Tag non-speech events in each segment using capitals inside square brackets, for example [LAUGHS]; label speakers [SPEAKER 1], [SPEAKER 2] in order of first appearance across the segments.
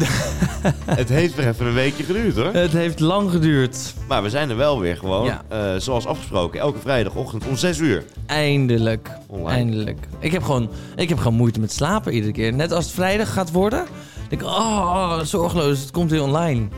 [SPEAKER 1] [LAUGHS] het heeft weer even een weekje geduurd hoor.
[SPEAKER 2] Het heeft lang geduurd.
[SPEAKER 1] Maar we zijn er wel weer gewoon.
[SPEAKER 2] Ja.
[SPEAKER 1] Eh, zoals afgesproken, elke vrijdagochtend om 6 uur.
[SPEAKER 2] Eindelijk.
[SPEAKER 1] Online.
[SPEAKER 2] Eindelijk. Ik heb, gewoon, ik heb gewoon moeite met slapen iedere keer. Net als het vrijdag gaat worden. Denk ik, oh, zorgeloos, het komt weer online.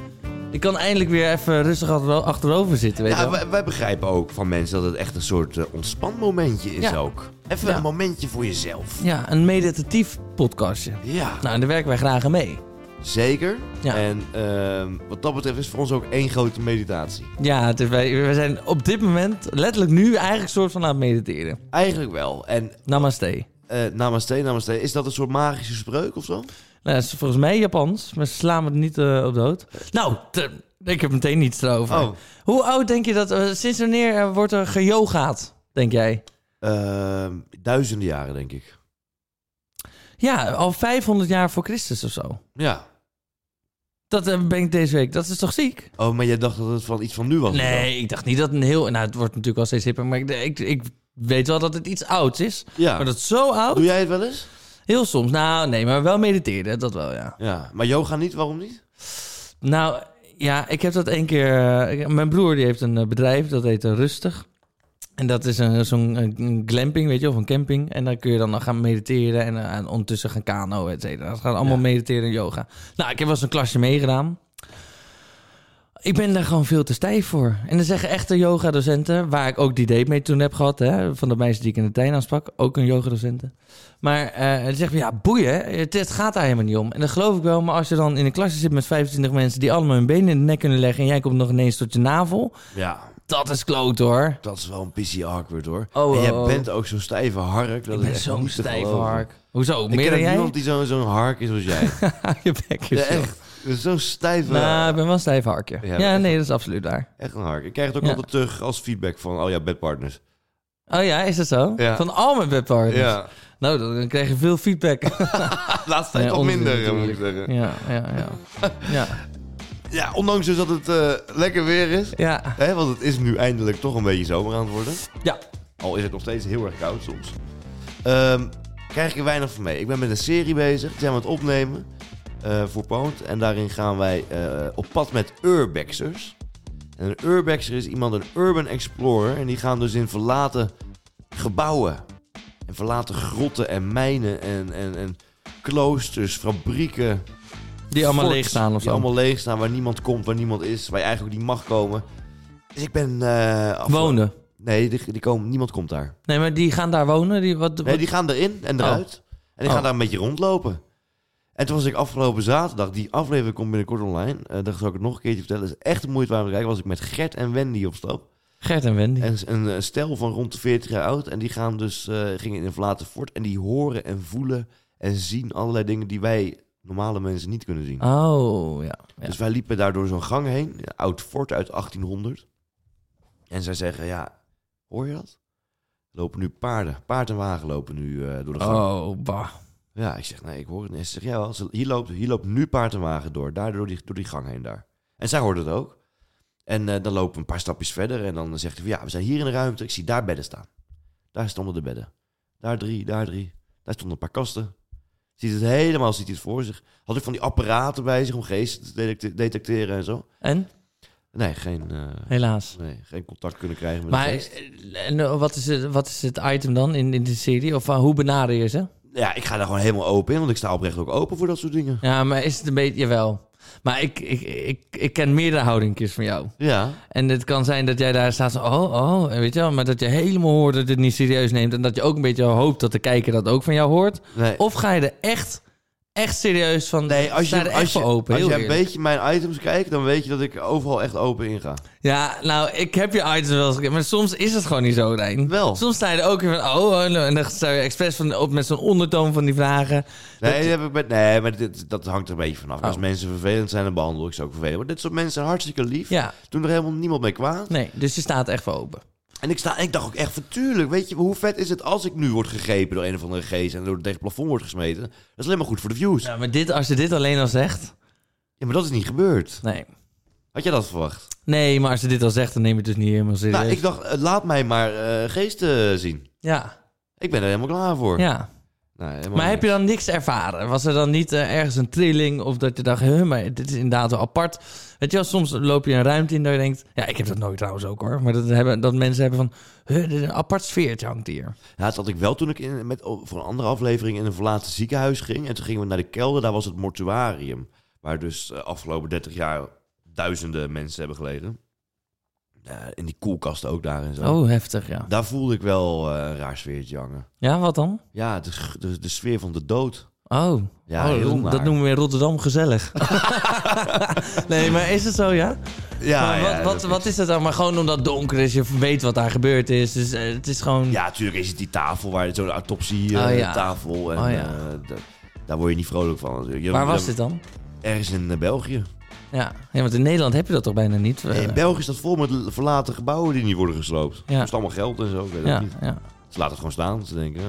[SPEAKER 2] Ik kan eindelijk weer even rustig achter- achterover zitten, weet je
[SPEAKER 1] Ja,
[SPEAKER 2] wel.
[SPEAKER 1] Nou, wij, wij begrijpen ook van mensen dat het echt een soort eh, ontspanmomentje is
[SPEAKER 2] Ja.
[SPEAKER 1] ook. Even
[SPEAKER 2] Ja.
[SPEAKER 1] een momentje voor jezelf.
[SPEAKER 2] Ja, een meditatief podcastje.
[SPEAKER 1] Ja,
[SPEAKER 2] Nou, en daar werken wij graag aan mee.
[SPEAKER 1] zeker.
[SPEAKER 2] Ja.
[SPEAKER 1] En ehm, wat dat betreft is voor ons ook één grote meditatie.
[SPEAKER 2] Ja, het is, wij, wij zijn op dit moment, letterlijk nu, eigenlijk soort van aan het mediteren.
[SPEAKER 1] Eigenlijk wel. En
[SPEAKER 2] Namaste.
[SPEAKER 1] eh namaste, namaste. Is dat een soort magische spreuk of zo?
[SPEAKER 2] Nou, dat is volgens mij Japans, maar ze slaan het niet eh, op dood. Nou, te- ik heb meteen niets erover.
[SPEAKER 1] Oh.
[SPEAKER 2] Hoe oud denk je dat, eh, sinds wanneer eh, wordt er geyogaat, denk jij?
[SPEAKER 1] Ehm, duizenden jaren, denk ik.
[SPEAKER 2] Ja, al 500 jaar voor Christus of zo.
[SPEAKER 1] Ja.
[SPEAKER 2] Dat eh, ben ik deze week, dat is toch ziek?
[SPEAKER 1] Oh, maar jij dacht dat het van iets van nu was? of zo?
[SPEAKER 2] Nee, ik dacht niet dat een heel... Nou, het wordt natuurlijk wel steeds hipper, maar ik, ik, ik weet wel dat het iets ouds is.
[SPEAKER 1] Ja.
[SPEAKER 2] Maar dat is zo oud?
[SPEAKER 1] Doe jij het wel eens?
[SPEAKER 2] Heel soms. Nou, nee, maar wel mediteren, dat wel, ja.
[SPEAKER 1] Ja. Maar yoga niet, waarom niet?
[SPEAKER 2] Nou, ja, ik heb dat één keer... eh, Mijn broer die heeft een eh, bedrijf, dat heet eh, Rustig. En dat is een- zo'n eh, glamping, weet je, of een camping. En daar kun je dan gaan mediteren en, eh, en ondertussen gaan kano, et cetera. Dat gaan allemaal
[SPEAKER 1] Ja.
[SPEAKER 2] mediteren en yoga. Nou, ik heb wel eens een klasje meegedaan. Ik ben daar gewoon veel te stijf voor. En dan zeggen echte yoga-docenten, waar ik ook die date mee toen heb gehad, hè, van de meisjes die ik in de tuin aansprak, ook een yoga-docenten. Maar eh die zeggen, ja, boeien, het, het gaat daar helemaal niet om. En dat geloof ik wel, maar als je dan in een klasje zit met 25 mensen die allemaal hun benen in de nek kunnen leggen en jij komt nog ineens tot je navel,
[SPEAKER 1] Ja.
[SPEAKER 2] dat is kloot hoor.
[SPEAKER 1] Dat is wel een pissie awkward, hoor.
[SPEAKER 2] Oh,
[SPEAKER 1] en jij
[SPEAKER 2] oh, oh.
[SPEAKER 1] bent ook zo'n stijve hark. Dat
[SPEAKER 2] Ik
[SPEAKER 1] is
[SPEAKER 2] ben
[SPEAKER 1] echt
[SPEAKER 2] zo'n
[SPEAKER 1] niet te
[SPEAKER 2] stijve
[SPEAKER 1] geloven.
[SPEAKER 2] hark. Hoezo?
[SPEAKER 1] Ik
[SPEAKER 2] Meer
[SPEAKER 1] ken
[SPEAKER 2] dan
[SPEAKER 1] ook
[SPEAKER 2] jij?
[SPEAKER 1] niemand die zo'n zo'n hark is als
[SPEAKER 2] [LAUGHS]
[SPEAKER 1] jij.
[SPEAKER 2] je bek
[SPEAKER 1] ja,
[SPEAKER 2] is zo.
[SPEAKER 1] echt. Dat is Zo'n stijve...
[SPEAKER 2] Nou, ik ben wel een stijf harkje.
[SPEAKER 1] Ja,
[SPEAKER 2] Ja,
[SPEAKER 1] maar-
[SPEAKER 2] nee, dat is absoluut waar.
[SPEAKER 1] Echt een hark. Ik krijg het ook
[SPEAKER 2] Ja.
[SPEAKER 1] altijd terug als feedback van al jouw bedpartners.
[SPEAKER 2] Oh ja, is dat zo?
[SPEAKER 1] Ja.
[SPEAKER 2] Van al mijn webpartners? [LAUGHS]
[SPEAKER 1] Ja.
[SPEAKER 2] Nou, dan krijg je veel feedback.
[SPEAKER 1] Laatst
[SPEAKER 2] Nee,
[SPEAKER 1] tijd al
[SPEAKER 2] onzin
[SPEAKER 1] minder, eh, moet ik
[SPEAKER 2] natuurlijk.
[SPEAKER 1] zeggen.
[SPEAKER 2] [LAUGHS] Ja, ja, ja. Ja,
[SPEAKER 1] Ja, ondanks dus dat het eh, lekker weer is.
[SPEAKER 2] ja.
[SPEAKER 1] Hè, want het is nu eindelijk toch een beetje zomer aan het worden.
[SPEAKER 2] ja.
[SPEAKER 1] Al is het nog steeds heel erg koud soms. Ehm, krijg ik er weinig van mee. Ik ben met een serie bezig. Die zijn we aan het opnemen. eh, voor Pound. En daarin gaan wij eh, op pad met urbexers. En een urbexer is iemand, een urban explorer. En die gaan dus in verlaten gebouwen. En verlaten grotten en mijnen. En, en, en kloosters, fabrieken.
[SPEAKER 2] Die allemaal
[SPEAKER 1] forts
[SPEAKER 2] leeg staan of
[SPEAKER 1] die
[SPEAKER 2] zo.
[SPEAKER 1] allemaal leeg staan. Waar niemand komt, waar niemand is. Waar je eigenlijk niet mag komen. Dus ik ben... eh, af-
[SPEAKER 2] Wonen.
[SPEAKER 1] Nee, die, die komen, niemand komt daar.
[SPEAKER 2] Nee, maar die gaan daar wonen. Die, wat,
[SPEAKER 1] Nee,
[SPEAKER 2] wat-
[SPEAKER 1] die gaan erin en
[SPEAKER 2] Oh.
[SPEAKER 1] eruit. En die gaan
[SPEAKER 2] Oh.
[SPEAKER 1] daar een beetje rondlopen. En toen was ik afgelopen zaterdag, die aflevering komt binnenkort online. Eh daar zal ik het nog een keertje vertellen. is echt de moeite waard om te kijken. Was ik met Gert en Wendy op stap.
[SPEAKER 2] Gert en Wendy.
[SPEAKER 1] En s- een eh, stel van rond de 40 jaar oud. En die gaan dus, eh, gingen in een verlaten fort. En die horen en voelen en zien allerlei dingen die wij normale mensen niet kunnen zien.
[SPEAKER 2] Oh, ja. ja.
[SPEAKER 1] Dus wij liepen daar door zo'n gang heen. Een oud fort uit 1800. En zij zeggen, ja, hoor je dat? Er Lopen nu paarden. Paard en wagen lopen nu eh, door de gang.
[SPEAKER 2] Oh, bah.
[SPEAKER 1] Ja, ik zeg, nee, ik hoor het niet. En Ze zegt, ja, wel, ze- hier, loopt, hier loopt nu paard en wagen door, daar door die, door die gang heen daar. En zij hoort het ook. En eh, dan lopen we een paar stapjes verder en dan zegt hij van, ja, we zijn hier in de ruimte. Ik zie daar bedden staan. Daar stonden de bedden. Daar drie, daar drie. Daar stonden een paar kasten. Ziet het helemaal, ziet hij het voor zich. Had ik van die apparaten bij zich om geesten te detecte- detecteren en zo.
[SPEAKER 2] En?
[SPEAKER 1] Nee, geen, eh,
[SPEAKER 2] Helaas.
[SPEAKER 1] nee, geen contact kunnen krijgen met
[SPEAKER 2] Maar
[SPEAKER 1] de geest.
[SPEAKER 2] eh, en, eh, wat, is het, wat is het item dan in, in de serie? Of eh, hoe benader je ze?
[SPEAKER 1] Ja, ik ga daar gewoon helemaal open in, want ik sta oprecht ook open voor dat soort dingen.
[SPEAKER 2] Ja, maar is het een beetje... Jawel. Maar ik, ik, ik, ik ken meerdere houdingjes van jou.
[SPEAKER 1] Ja,
[SPEAKER 2] En het kan zijn dat jij daar staat zo... Oh, oh, en weet je wel. Maar dat je helemaal hoort dat je het niet serieus neemt. En dat je ook een beetje hoopt dat de kijker dat ook van jou hoort.
[SPEAKER 1] nee.
[SPEAKER 2] Of ga je er echt, echt serieus van...
[SPEAKER 1] Nee, als
[SPEAKER 2] sta
[SPEAKER 1] je,
[SPEAKER 2] er echt
[SPEAKER 1] als je,
[SPEAKER 2] voor open.
[SPEAKER 1] als
[SPEAKER 2] heel
[SPEAKER 1] je een
[SPEAKER 2] eerlijk.
[SPEAKER 1] beetje mijn items kijkt, dan weet je dat ik overal echt open inga.
[SPEAKER 2] Ja, nou, ik heb je items wel eens gekeken, maar soms is het gewoon niet zo, Rijn.
[SPEAKER 1] Wel.
[SPEAKER 2] Soms sta je er ook weer van, oh, oh, en dan sta je expres van, op met zo'n ondertoon van die vragen.
[SPEAKER 1] Nee, dat, heb ik met, nee maar dit, dat hangt er een beetje vanaf. Als
[SPEAKER 2] Oh.
[SPEAKER 1] mensen vervelend zijn, dan behandel ik ze ook vervelend. Maar dit soort mensen zijn hartstikke lief.
[SPEAKER 2] Ja,
[SPEAKER 1] Toen er helemaal niemand mee kwaad.
[SPEAKER 2] nee, dus je staat echt voor open.
[SPEAKER 1] En ik, sta, ik dacht ook echt, van, tuurlijk, weet je, hoe vet is het als ik nu word gegrepen door een of andere geest en door tegen het plafond wordt gesmeten? Dat is alleen maar goed voor de views. Ja,
[SPEAKER 2] Ja, maar dit, als je dit alleen al zegt,
[SPEAKER 1] maar dat is niet gebeurd.
[SPEAKER 2] nee.
[SPEAKER 1] Had jij dat verwacht?
[SPEAKER 2] Nee, maar als je dit al zegt, dan neem je het dus niet helemaal serieus.
[SPEAKER 1] Nou, ik dacht, eh, laat mij maar eh, geesten zien.
[SPEAKER 2] Ja,
[SPEAKER 1] Ik ben er helemaal klaar voor.
[SPEAKER 2] ja.
[SPEAKER 1] Nou, helemaal
[SPEAKER 2] Maar heb
[SPEAKER 1] niks.
[SPEAKER 2] je dan niks ervaren? Was er dan niet eh, ergens een trilling of dat je dacht, huh, maar dit is inderdaad wel apart? Weet je wel, soms loop je een ruimte in dat je denkt, ja, ik heb dat nooit trouwens ook hoor, maar dat, hebben, dat mensen hebben van, huh, dit is een apart sfeertje hangt hier.
[SPEAKER 1] Ja, dat had ik wel toen ik in, met, oh, voor een andere aflevering in een verlaten ziekenhuis ging. En toen gingen we naar de kelder, daar was het mortuarium. Waar dus eh, afgelopen 30 jaar duizenden mensen hebben gelegen. Eh, in die koelkasten ook daar en zo.
[SPEAKER 2] Oh, heftig, ja.
[SPEAKER 1] Daar voelde ik wel eh, een raar sfeertje hangen.
[SPEAKER 2] Ja, wat dan?
[SPEAKER 1] Ja, de, g- de, de sfeer van de dood.
[SPEAKER 2] Oh,
[SPEAKER 1] Ja,
[SPEAKER 2] Oh,
[SPEAKER 1] heel
[SPEAKER 2] dat,
[SPEAKER 1] naar.
[SPEAKER 2] dat noemen we in
[SPEAKER 1] [LAUGHS]
[SPEAKER 2] Rotterdam gezellig. nee, maar is het zo, ja?
[SPEAKER 1] Ja,
[SPEAKER 2] maar wat,
[SPEAKER 1] ja,
[SPEAKER 2] wat,
[SPEAKER 1] dat
[SPEAKER 2] wat is dat dan? Maar gewoon omdat het donker is, je weet wat daar gebeurd is, dus eh, het is gewoon...
[SPEAKER 1] Ja, natuurlijk is het die tafel waar zo'n autopsie eh,
[SPEAKER 2] Oh, ja.
[SPEAKER 1] tafel en
[SPEAKER 2] Oh, ja.
[SPEAKER 1] eh, da- daar word je niet vrolijk van. natuurlijk. Je-
[SPEAKER 2] Waar was
[SPEAKER 1] je-
[SPEAKER 2] dit dan?
[SPEAKER 1] Ergens in eh, België.
[SPEAKER 2] Ja. ja, want in Nederland heb je dat toch bijna niet?
[SPEAKER 1] Nee,
[SPEAKER 2] Eh,
[SPEAKER 1] in België is dat vol met l- verlaten gebouwen die niet worden gesloopt. Het
[SPEAKER 2] Ja.
[SPEAKER 1] kost allemaal geld en zo. Ik weet het
[SPEAKER 2] ja,
[SPEAKER 1] niet.
[SPEAKER 2] ja.
[SPEAKER 1] Ze laten het gewoon staan. Ze denken, ja,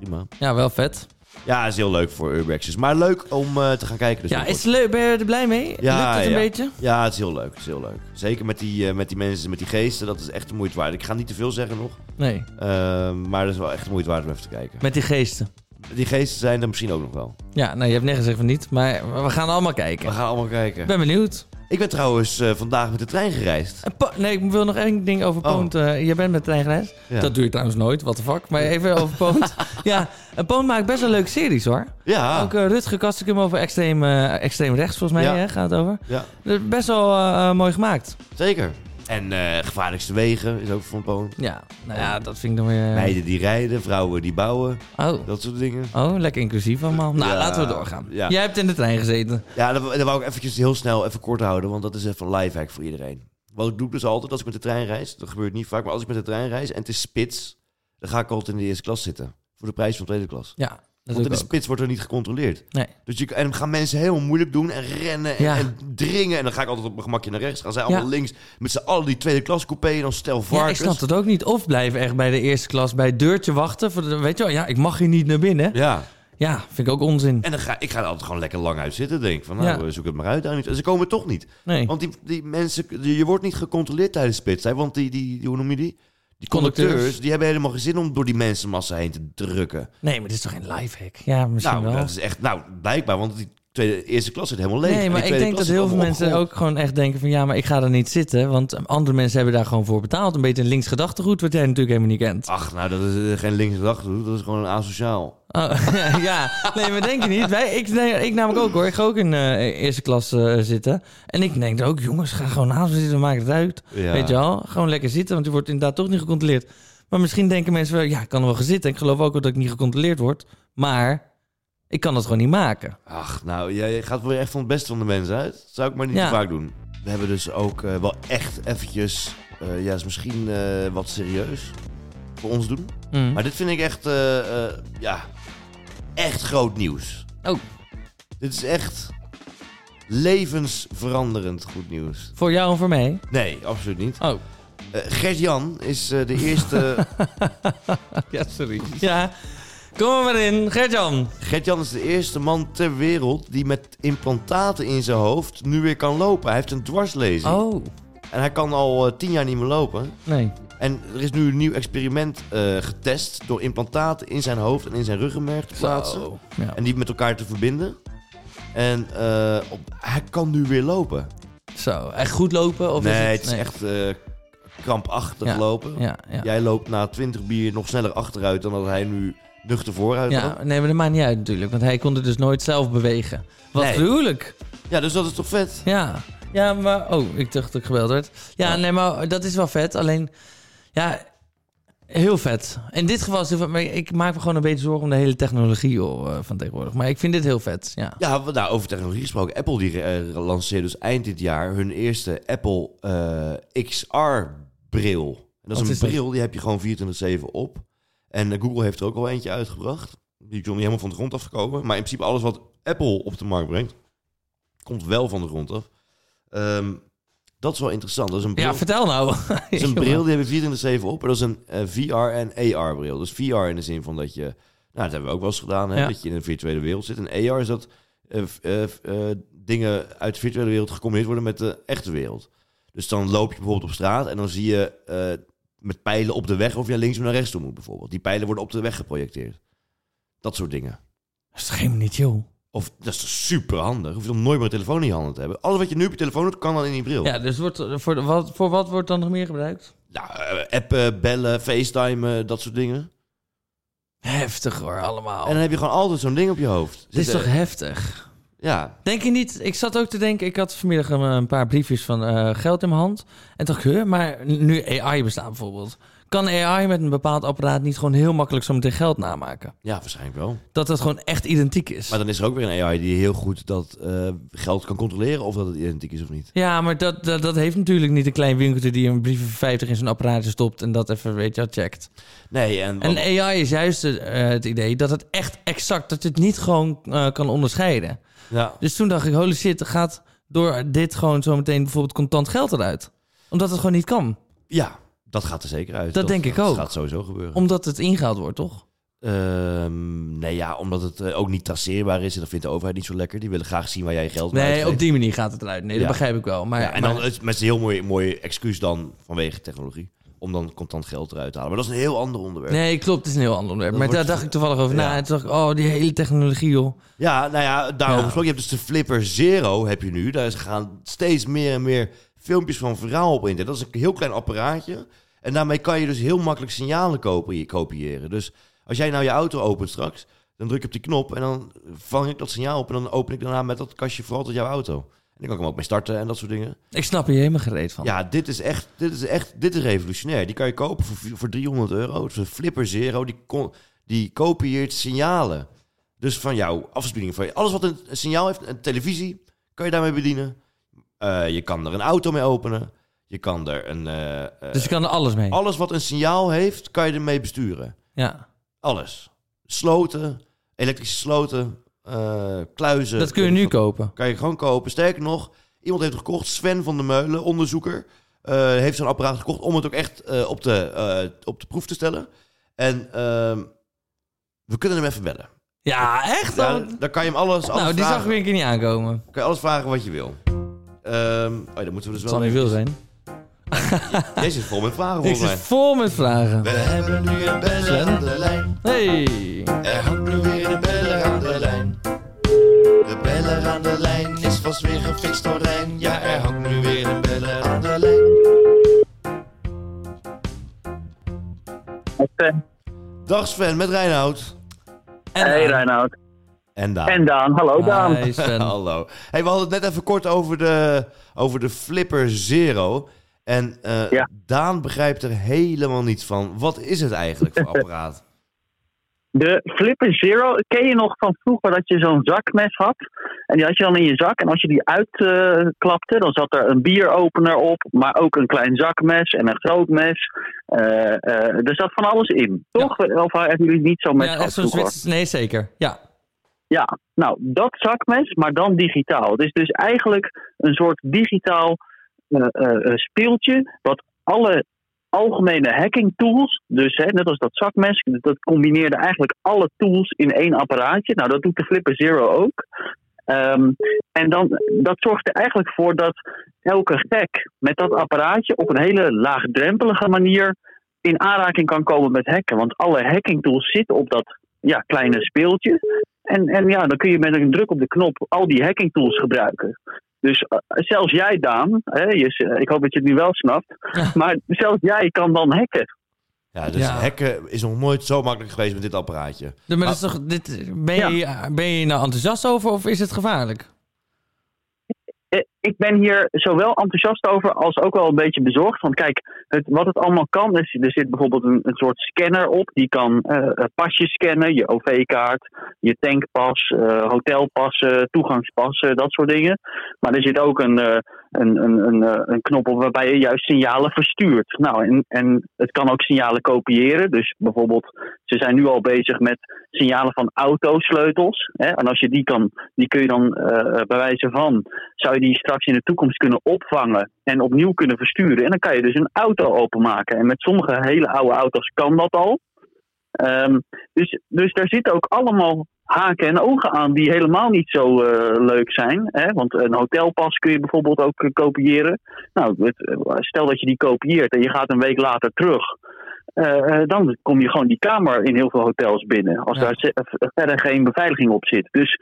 [SPEAKER 1] prima.
[SPEAKER 2] ja, wel vet.
[SPEAKER 1] Ja, is heel leuk voor urbexers. Maar leuk om eh, te gaan kijken. Dus
[SPEAKER 2] Ja,
[SPEAKER 1] binnenkort.
[SPEAKER 2] is het leuk? Ben je er blij mee?
[SPEAKER 1] Ja,
[SPEAKER 2] Lukt het een
[SPEAKER 1] ja.
[SPEAKER 2] beetje?
[SPEAKER 1] ja, het is heel leuk. Het is heel leuk. Zeker met die, eh, met die mensen, met die geesten. Dat is echt de moeite waard. Ik ga niet te veel zeggen nog.
[SPEAKER 2] Nee,
[SPEAKER 1] eh, maar dat is wel echt de moeite waard om even te kijken.
[SPEAKER 2] met die geesten.
[SPEAKER 1] Die geesten zijn er misschien ook nog wel.
[SPEAKER 2] Ja, nou, je hebt net gezegd van niet, maar we gaan allemaal
[SPEAKER 1] We
[SPEAKER 2] kijken.
[SPEAKER 1] gaan allemaal kijken.
[SPEAKER 2] Ik ben benieuwd.
[SPEAKER 1] Ik ben trouwens eh, vandaag met de trein gereisd.
[SPEAKER 2] En Po- nee, ik wil nog één ding over
[SPEAKER 1] Oh.
[SPEAKER 2] Poont. eh, je bent met de trein gereisd.
[SPEAKER 1] Ja.
[SPEAKER 2] Dat doe je trouwens nooit, what the fuck. Maar even over
[SPEAKER 1] [LAUGHS]
[SPEAKER 2] Poont. ja, en Poont maakt best wel leuke series hoor.
[SPEAKER 1] Ja.
[SPEAKER 2] Ook eh, Rutger Kastikum over extreem, eh, extreem rechts, volgens mij
[SPEAKER 1] Ah. Ja.
[SPEAKER 2] hè, gaat het over.
[SPEAKER 1] ja,
[SPEAKER 2] Dat is Best wel eh, eh, mooi gemaakt.
[SPEAKER 1] zeker. En eh, gevaarlijkste wegen is ook van Poon.
[SPEAKER 2] Ja, nou ja, dat vind ik dan weer...
[SPEAKER 1] Meiden die rijden, vrouwen die bouwen,
[SPEAKER 2] Oh.
[SPEAKER 1] dat soort dingen.
[SPEAKER 2] oh, lekker inclusief allemaal. Nou,
[SPEAKER 1] Ja.
[SPEAKER 2] laten we doorgaan.
[SPEAKER 1] Ja.
[SPEAKER 2] Jij hebt in de trein gezeten.
[SPEAKER 1] Ja, dat, dat wou ik eventjes heel snel even kort houden, want dat is even een lifehack voor iedereen. Wat ik doe dus altijd als ik met de trein reis, dat gebeurt niet vaak, maar als ik met de trein reis en het is spits, dan ga ik altijd in de eerste klas zitten. Voor de prijs van tweede klas.
[SPEAKER 2] Ja, dat
[SPEAKER 1] Want
[SPEAKER 2] doe
[SPEAKER 1] in
[SPEAKER 2] ik
[SPEAKER 1] de
[SPEAKER 2] ook.
[SPEAKER 1] spits wordt er niet gecontroleerd.
[SPEAKER 2] Nee.
[SPEAKER 1] Dus je, en dan gaan mensen heel moeilijk doen en rennen en,
[SPEAKER 2] Ja.
[SPEAKER 1] en dringen. En dan ga ik altijd op mijn gemakje naar rechts. Gaan zij allemaal
[SPEAKER 2] Ja.
[SPEAKER 1] links met z'n allen die tweede klas coupé en dan stel
[SPEAKER 2] Ja,
[SPEAKER 1] varkens.
[SPEAKER 2] ik snap het ook niet. Of blijven echt bij de eerste klas bij het deurtje wachten. Voor de, weet je wel, ja, ik mag hier niet naar binnen.
[SPEAKER 1] Ja.
[SPEAKER 2] Ja, vind ik ook onzin.
[SPEAKER 1] En dan ga, ik ga er altijd gewoon lekker lang uit zitten. Denk van, nou,
[SPEAKER 2] Ja.
[SPEAKER 1] zoek het maar uit. daar niet. En ze komen toch niet.
[SPEAKER 2] Nee.
[SPEAKER 1] Want die, die mensen, die- je wordt niet gecontroleerd tijdens spits. Hè? Want die, die, die- hoe noem je die? Die conducteurs,
[SPEAKER 2] Conducteurs.
[SPEAKER 1] die hebben helemaal geen zin om door die mensenmassa heen te drukken.
[SPEAKER 2] nee, maar dit is toch geen lifehack? Ja, misschien
[SPEAKER 1] Nou,
[SPEAKER 2] wel.
[SPEAKER 1] dat is echt, nou, blijkbaar, want die tweede, eerste klas zit helemaal leeg. En
[SPEAKER 2] Nee,
[SPEAKER 1] die
[SPEAKER 2] maar ik
[SPEAKER 1] tweede
[SPEAKER 2] denk dat
[SPEAKER 1] klas
[SPEAKER 2] heel
[SPEAKER 1] zit
[SPEAKER 2] veel
[SPEAKER 1] allemaal
[SPEAKER 2] mensen
[SPEAKER 1] opgeholpen.
[SPEAKER 2] ook gewoon echt denken van... ja, maar ik ga er niet zitten, want andere mensen hebben daar gewoon voor betaald. Een beetje een links gedachtegoed, wat jij natuurlijk helemaal niet kent.
[SPEAKER 1] Ach, nou, dat is eh, geen linkse dag, dat is gewoon asociaal.
[SPEAKER 2] Oh, [LAUGHS] ja, nee, maar denk je niet? Wij, ik, nee, ik namelijk ook hoor. Ik ga ook in eh, eerste klas eh, zitten. En ik denk ook, jongens, ga gewoon naast me zitten, maak het uit.
[SPEAKER 1] Ja.
[SPEAKER 2] Weet je wel? Gewoon lekker zitten, want je wordt inderdaad toch niet gecontroleerd. Maar misschien denken mensen wel, ja, ik kan er wel gaan zitten. Ik geloof ook wel dat ik niet gecontroleerd word. Maar ik kan dat gewoon niet maken.
[SPEAKER 1] Ach, nou, jij gaat wel echt van het beste van de mensen uit. Dat zou ik maar niet
[SPEAKER 2] Ja.
[SPEAKER 1] te vaak doen. We hebben dus ook eh, wel echt eventjes, eh, ja, is misschien eh, wat serieus voor ons doen.
[SPEAKER 2] Mm.
[SPEAKER 1] Maar dit vind ik echt, eh, eh, ja, echt groot nieuws.
[SPEAKER 2] Oh.
[SPEAKER 1] Dit is echt levensveranderend goed nieuws.
[SPEAKER 2] Voor jou en voor mij.
[SPEAKER 1] Nee, absoluut niet.
[SPEAKER 2] Oh,
[SPEAKER 1] Eh, Gert-Jan is eh, de
[SPEAKER 2] [LAUGHS]
[SPEAKER 1] eerste...
[SPEAKER 2] ja, sorry. Ja, kom er maar in. Gert-Jan.
[SPEAKER 1] Gert-Jan is de eerste man ter wereld die met implantaten in zijn hoofd nu weer kan lopen. Hij heeft een dwarslezing.
[SPEAKER 2] Oh,
[SPEAKER 1] En hij kan al eh, tien jaar niet meer lopen.
[SPEAKER 2] nee.
[SPEAKER 1] En er is nu een nieuw experiment eh, getest door implantaten in zijn hoofd en in zijn ruggenmerg te plaatsen.
[SPEAKER 2] Zo. Ja.
[SPEAKER 1] En die met elkaar te verbinden. En eh, op- hij kan nu weer lopen.
[SPEAKER 2] Zo, echt goed lopen? Of
[SPEAKER 1] nee,
[SPEAKER 2] is het,
[SPEAKER 1] het is echt eh, krampachtig
[SPEAKER 2] Ja,
[SPEAKER 1] lopen.
[SPEAKER 2] Ja, ja.
[SPEAKER 1] Jij loopt na 20 bier nog sneller achteruit dan dat hij nu nuchter vooruit loopt.
[SPEAKER 2] Ja, nee, maar dat maakt niet uit natuurlijk. Want hij kon er dus nooit zelf bewegen. Wat
[SPEAKER 1] Nee.
[SPEAKER 2] gruwelijk.
[SPEAKER 1] Ja, dus dat is toch vet?
[SPEAKER 2] Ja. Ja, maar... Oh, ik dacht dat ik gebeld werd. Ja,
[SPEAKER 1] Ja.
[SPEAKER 2] nee, maar dat is wel vet. Alleen, ja... Heel vet. In dit geval is het heel vet, maar ik maak me gewoon een beetje zorgen om de hele technologie joh, eh, van tegenwoordig. Maar ik vind dit heel vet, ja.
[SPEAKER 1] Ja, we- nou, over technologie gesproken. Apple die eh, lanceert dus eind dit jaar hun eerste Apple eh, XR-bril. En Dat
[SPEAKER 2] Wat
[SPEAKER 1] is
[SPEAKER 2] is
[SPEAKER 1] een
[SPEAKER 2] dat?
[SPEAKER 1] bril, die heb je gewoon 24-7 op. En eh, Google heeft er ook al eentje uitgebracht. Die is nog niet helemaal van de grond afgekomen. Maar in principe alles wat Apple op de markt brengt, komt wel van de grond af. Ehm, dat is wel interessant. Dat is een bril,
[SPEAKER 2] Ja, vertel nou.
[SPEAKER 1] dat
[SPEAKER 2] [LAUGHS]
[SPEAKER 1] is een bril die hebben we 24-7 op. En dat is een eh, VR en AR bril. Dus VR in de zin van dat je... Nou, dat hebben we ook wel eens gedaan. Hè?
[SPEAKER 2] Ja.
[SPEAKER 1] Dat je in een virtuele wereld zit. En AR is dat eh, f- eh, f- eh, dingen uit de virtuele wereld gecombineerd worden met de echte wereld. Dus dan loop je bijvoorbeeld op straat en dan zie je eh, met pijlen op de weg of je naar links of naar rechts toe moet bijvoorbeeld. Die pijlen worden op de weg geprojecteerd. Dat soort dingen.
[SPEAKER 2] Dat is toch helemaal niet chill?
[SPEAKER 1] Of dat is super handig. Hoef je dan nooit meer een telefoon in je handen te hebben. Alles wat je nu op je telefoon doet, kan dan in die bril.
[SPEAKER 2] Ja, dus wordt, voor, de- wat, voor wat wordt dan nog meer gebruikt?
[SPEAKER 1] Nou, eh, appen, bellen, facetimen, dat soort dingen.
[SPEAKER 2] Heftig hoor, allemaal.
[SPEAKER 1] En dan heb je gewoon altijd zo'n ding op je hoofd.
[SPEAKER 2] Dit is
[SPEAKER 1] Zit,
[SPEAKER 2] toch
[SPEAKER 1] eh,
[SPEAKER 2] heftig?
[SPEAKER 1] Ja,
[SPEAKER 2] Denk je niet? Ik zat ook te denken, ik had vanmiddag een, een paar briefjes van eh, geld in mijn hand. En dacht, ik, huh, maar nu AI bestaat bijvoorbeeld. Kan AI met een bepaald apparaat niet gewoon heel makkelijk zometeen geld namaken?
[SPEAKER 1] ja, waarschijnlijk wel.
[SPEAKER 2] Dat het gewoon echt identiek is.
[SPEAKER 1] Maar dan is er ook weer een AI die heel goed dat eh, geld kan controleren of dat het identiek is of niet.
[SPEAKER 2] Ja, maar dat, dat, dat heeft natuurlijk niet een klein winkeltje die een brief van 50 in zo'n apparaatje stopt en dat even, weet je, wel, checkt.
[SPEAKER 1] Nee, en,
[SPEAKER 2] En AI is juist eh, het idee dat het echt exact, dat je het niet gewoon eh, kan onderscheiden.
[SPEAKER 1] ja.
[SPEAKER 2] Dus toen dacht ik, holy shit, er gaat door dit gewoon zometeen bijvoorbeeld contant geld eruit. Omdat het gewoon niet kan.
[SPEAKER 1] ja, dat gaat er zeker uit.
[SPEAKER 2] Dat denk ik ook.
[SPEAKER 1] Dat gaat sowieso gebeuren.
[SPEAKER 2] Omdat het ingehaald wordt, toch?
[SPEAKER 1] Ehm, nee, ja, omdat het eh, ook niet traceerbaar is. En dat vindt de overheid niet zo lekker. Die willen graag zien waar jij je geld mee
[SPEAKER 2] Nee,
[SPEAKER 1] uitgeeft.
[SPEAKER 2] op die manier gaat het eruit. Nee,
[SPEAKER 1] Ja.
[SPEAKER 2] dat begrijp ik wel. Maar,
[SPEAKER 1] Ja, en dan
[SPEAKER 2] maar-
[SPEAKER 1] is het met een heel mooi, mooi excuus dan vanwege technologie. Om dan contant geld eruit te halen. Maar dat is een heel ander onderwerp.
[SPEAKER 2] nee, klopt, het is een heel ander onderwerp.
[SPEAKER 1] Dan
[SPEAKER 2] Maar daar
[SPEAKER 1] wordt-
[SPEAKER 2] dacht ik toevallig over na.
[SPEAKER 1] Ja.
[SPEAKER 2] En toen dacht ik, oh, die hele technologie, joh.
[SPEAKER 1] Ja, nou ja, daarom
[SPEAKER 2] Ja.
[SPEAKER 1] gesproken. Je hebt dus de Flipper Zero heb je nu. Daar is- gaan steeds meer en meer filmpjes van verhaal op internet. Dat is een heel klein apparaatje. En daarmee kan je dus heel makkelijk signalen kopi- kopiëren. Dus als jij nou je auto opent straks, dan druk je op die knop en dan vang ik dat signaal op. En dan open ik daarna met dat kastje vooral tot jouw auto. En dan kan ik hem ook mee starten en dat soort dingen.
[SPEAKER 2] Ik snap hier helemaal gereed van.
[SPEAKER 1] Ja, dit is echt, dit is echt, dit is revolutionair. Die kan je kopen voor, vi- voor 300 euro. Het is een Flipper Zero, die, kon- die kopieert signalen. Dus van jouw afspeelingen, van je- alles wat een, een signaal heeft, een televisie, kan je daarmee bedienen. Eh, je kan er een auto mee openen. Je kan er een... eh, eh,
[SPEAKER 2] Dus je kan er alles mee.
[SPEAKER 1] alles wat een signaal heeft, kan je ermee besturen.
[SPEAKER 2] Ja.
[SPEAKER 1] Alles. Sloten, elektrische sloten, eh, kluizen.
[SPEAKER 2] Dat kun je nu
[SPEAKER 1] Weet ik
[SPEAKER 2] kopen.
[SPEAKER 1] kan je gewoon kopen. Sterker nog, iemand heeft het gekocht, Sven van der Meulen, onderzoeker, eh, heeft zo'n apparaat gekocht om het ook echt eh, op, de, eh, op de proef te stellen. En ehm, we kunnen hem even bellen.
[SPEAKER 2] Ja, echt?
[SPEAKER 1] Ja,
[SPEAKER 2] Oh,
[SPEAKER 1] dan kan je hem alles, alles
[SPEAKER 2] nou, die
[SPEAKER 1] vragen.
[SPEAKER 2] zag ik weer een keer niet aankomen.
[SPEAKER 1] Kan je alles vragen wat je wil. Ehm oh, dan moeten we dus
[SPEAKER 2] Het
[SPEAKER 1] wel.
[SPEAKER 2] zal niet veel zijn.
[SPEAKER 1] Jij zit vol met vragen
[SPEAKER 2] Ik
[SPEAKER 1] volgens
[SPEAKER 2] zit
[SPEAKER 1] mij.
[SPEAKER 2] vol met vragen.
[SPEAKER 1] We hebben nu een bellen aan de lijn.
[SPEAKER 2] Hey!
[SPEAKER 1] Er hangt nu weer een beller aan de lijn. De beller aan de lijn is vast weer gefixt door Rijn. Ja, er hangt nu weer een beller aan de lijn.
[SPEAKER 3] Eh,
[SPEAKER 1] Dag Sven, met Reinoud.
[SPEAKER 2] En
[SPEAKER 3] hey Reinoud.
[SPEAKER 1] En Daan.
[SPEAKER 3] En Daan. Hallo Daan.
[SPEAKER 2] Hi, Sven.
[SPEAKER 1] Hallo. Hey, we hadden het net even kort over de, over de Flipper Zero. En eh,
[SPEAKER 3] Ja.
[SPEAKER 1] Daan begrijpt er helemaal niets van. Wat is het eigenlijk
[SPEAKER 3] [LAUGHS]
[SPEAKER 1] voor apparaat?
[SPEAKER 3] De Flipper Zero, ken je nog van vroeger dat je zo'n zakmes had? En die had je dan in je zak. En als je die uitklapte, dan zat er een bieropener op. Maar ook een klein zakmes en een groot mes. Eh, eh, er zat van alles in, toch? Of hebben jullie niet zo met
[SPEAKER 2] Ja,
[SPEAKER 3] gehad
[SPEAKER 2] echt zo'n
[SPEAKER 3] vroeger?
[SPEAKER 2] Zwitsers. Nee, zeker. Ja.
[SPEAKER 3] Ja, nou, dat zakmes, maar dan digitaal. Het is dus eigenlijk een soort digitaal eh, eh, eh, speeltje wat alle algemene hacking tools, dus hè, net als dat zakmes, dat combineerde eigenlijk alle tools in één apparaatje. Nou, dat doet de Flipper Zero ook. Ehm, en dan, dat zorgt er eigenlijk voor dat elke gek met dat apparaatje op een hele laagdrempelige manier in aanraking kan komen met hacken. Want alle hacking tools zitten op dat ja, kleine speeltje. En, en ja, dan kun je met een druk op de knop al die hacking tools gebruiken. Dus eh, zelfs jij, Daan, hè, je, is, eh, ik hoop dat je het nu wel snapt,
[SPEAKER 2] Ja.
[SPEAKER 3] maar zelfs jij kan dan hacken.
[SPEAKER 1] Ja, dus
[SPEAKER 2] Ja.
[SPEAKER 1] hacken is nog nooit zo makkelijk geweest met dit apparaatje.
[SPEAKER 2] Maar dat is toch, dit, ben, je, ben je nou enthousiast over of is het gevaarlijk?
[SPEAKER 3] Eh, Ik ben hier zowel enthousiast over als ook wel een beetje bezorgd. Want kijk, het, wat het allemaal kan, is er zit bijvoorbeeld een, een soort scanner op. Die kan eh, eh, pasjes scannen, je OV-kaart, je tankpas, eh, hotelpassen, toegangspassen, dat soort dingen. Maar er zit ook een, eh, een, een, een, eh, een knop op waarbij je juist signalen verstuurt. Nou, en, en het kan ook signalen kopiëren. Dus bijvoorbeeld, ze zijn nu al bezig met signalen van autosleutels. Hè? En als je die kan, die kun je dan eh bij wijze van zou je die straks in de toekomst kunnen opvangen en opnieuw kunnen versturen. En dan kan je dus een auto openmaken. En met sommige hele oude auto's kan dat al. Ehm, dus, dus daar zitten ook allemaal haken en ogen aan die helemaal niet zo eh, leuk zijn. Hè? Want een hotelpas kun je bijvoorbeeld ook eh, kopiëren. Nou, het- eh, stel dat je die kopieert en je gaat een week later terug. eh, eh, dan kom je gewoon die kamer in heel veel hotels binnen. Als
[SPEAKER 2] Ja.
[SPEAKER 3] daar ze- eh, verder geen beveiliging op zit. Dus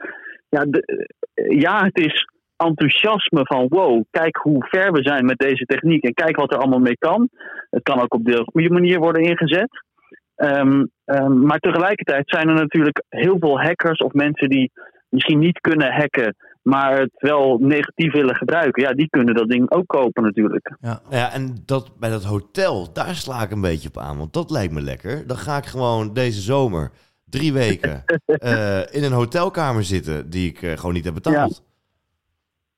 [SPEAKER 3] ja, de, eh, ja, het is enthousiasme van wow, kijk hoe ver we zijn met deze techniek. En kijk wat er allemaal mee kan. Het kan ook op de goede manier worden ingezet. Ehm, ehm, maar tegelijkertijd zijn er natuurlijk heel veel hackers of mensen die misschien niet kunnen hacken, maar het wel negatief willen gebruiken. Ja, die kunnen dat ding ook kopen natuurlijk.
[SPEAKER 1] Nou ja, en dat, bij dat hotel, daar sla ik een beetje op aan. Want dat lijkt me lekker. Dan ga ik gewoon deze zomer drie
[SPEAKER 3] [LAUGHS]
[SPEAKER 1] weken eh, in een hotelkamer zitten die ik eh, gewoon niet heb betaald.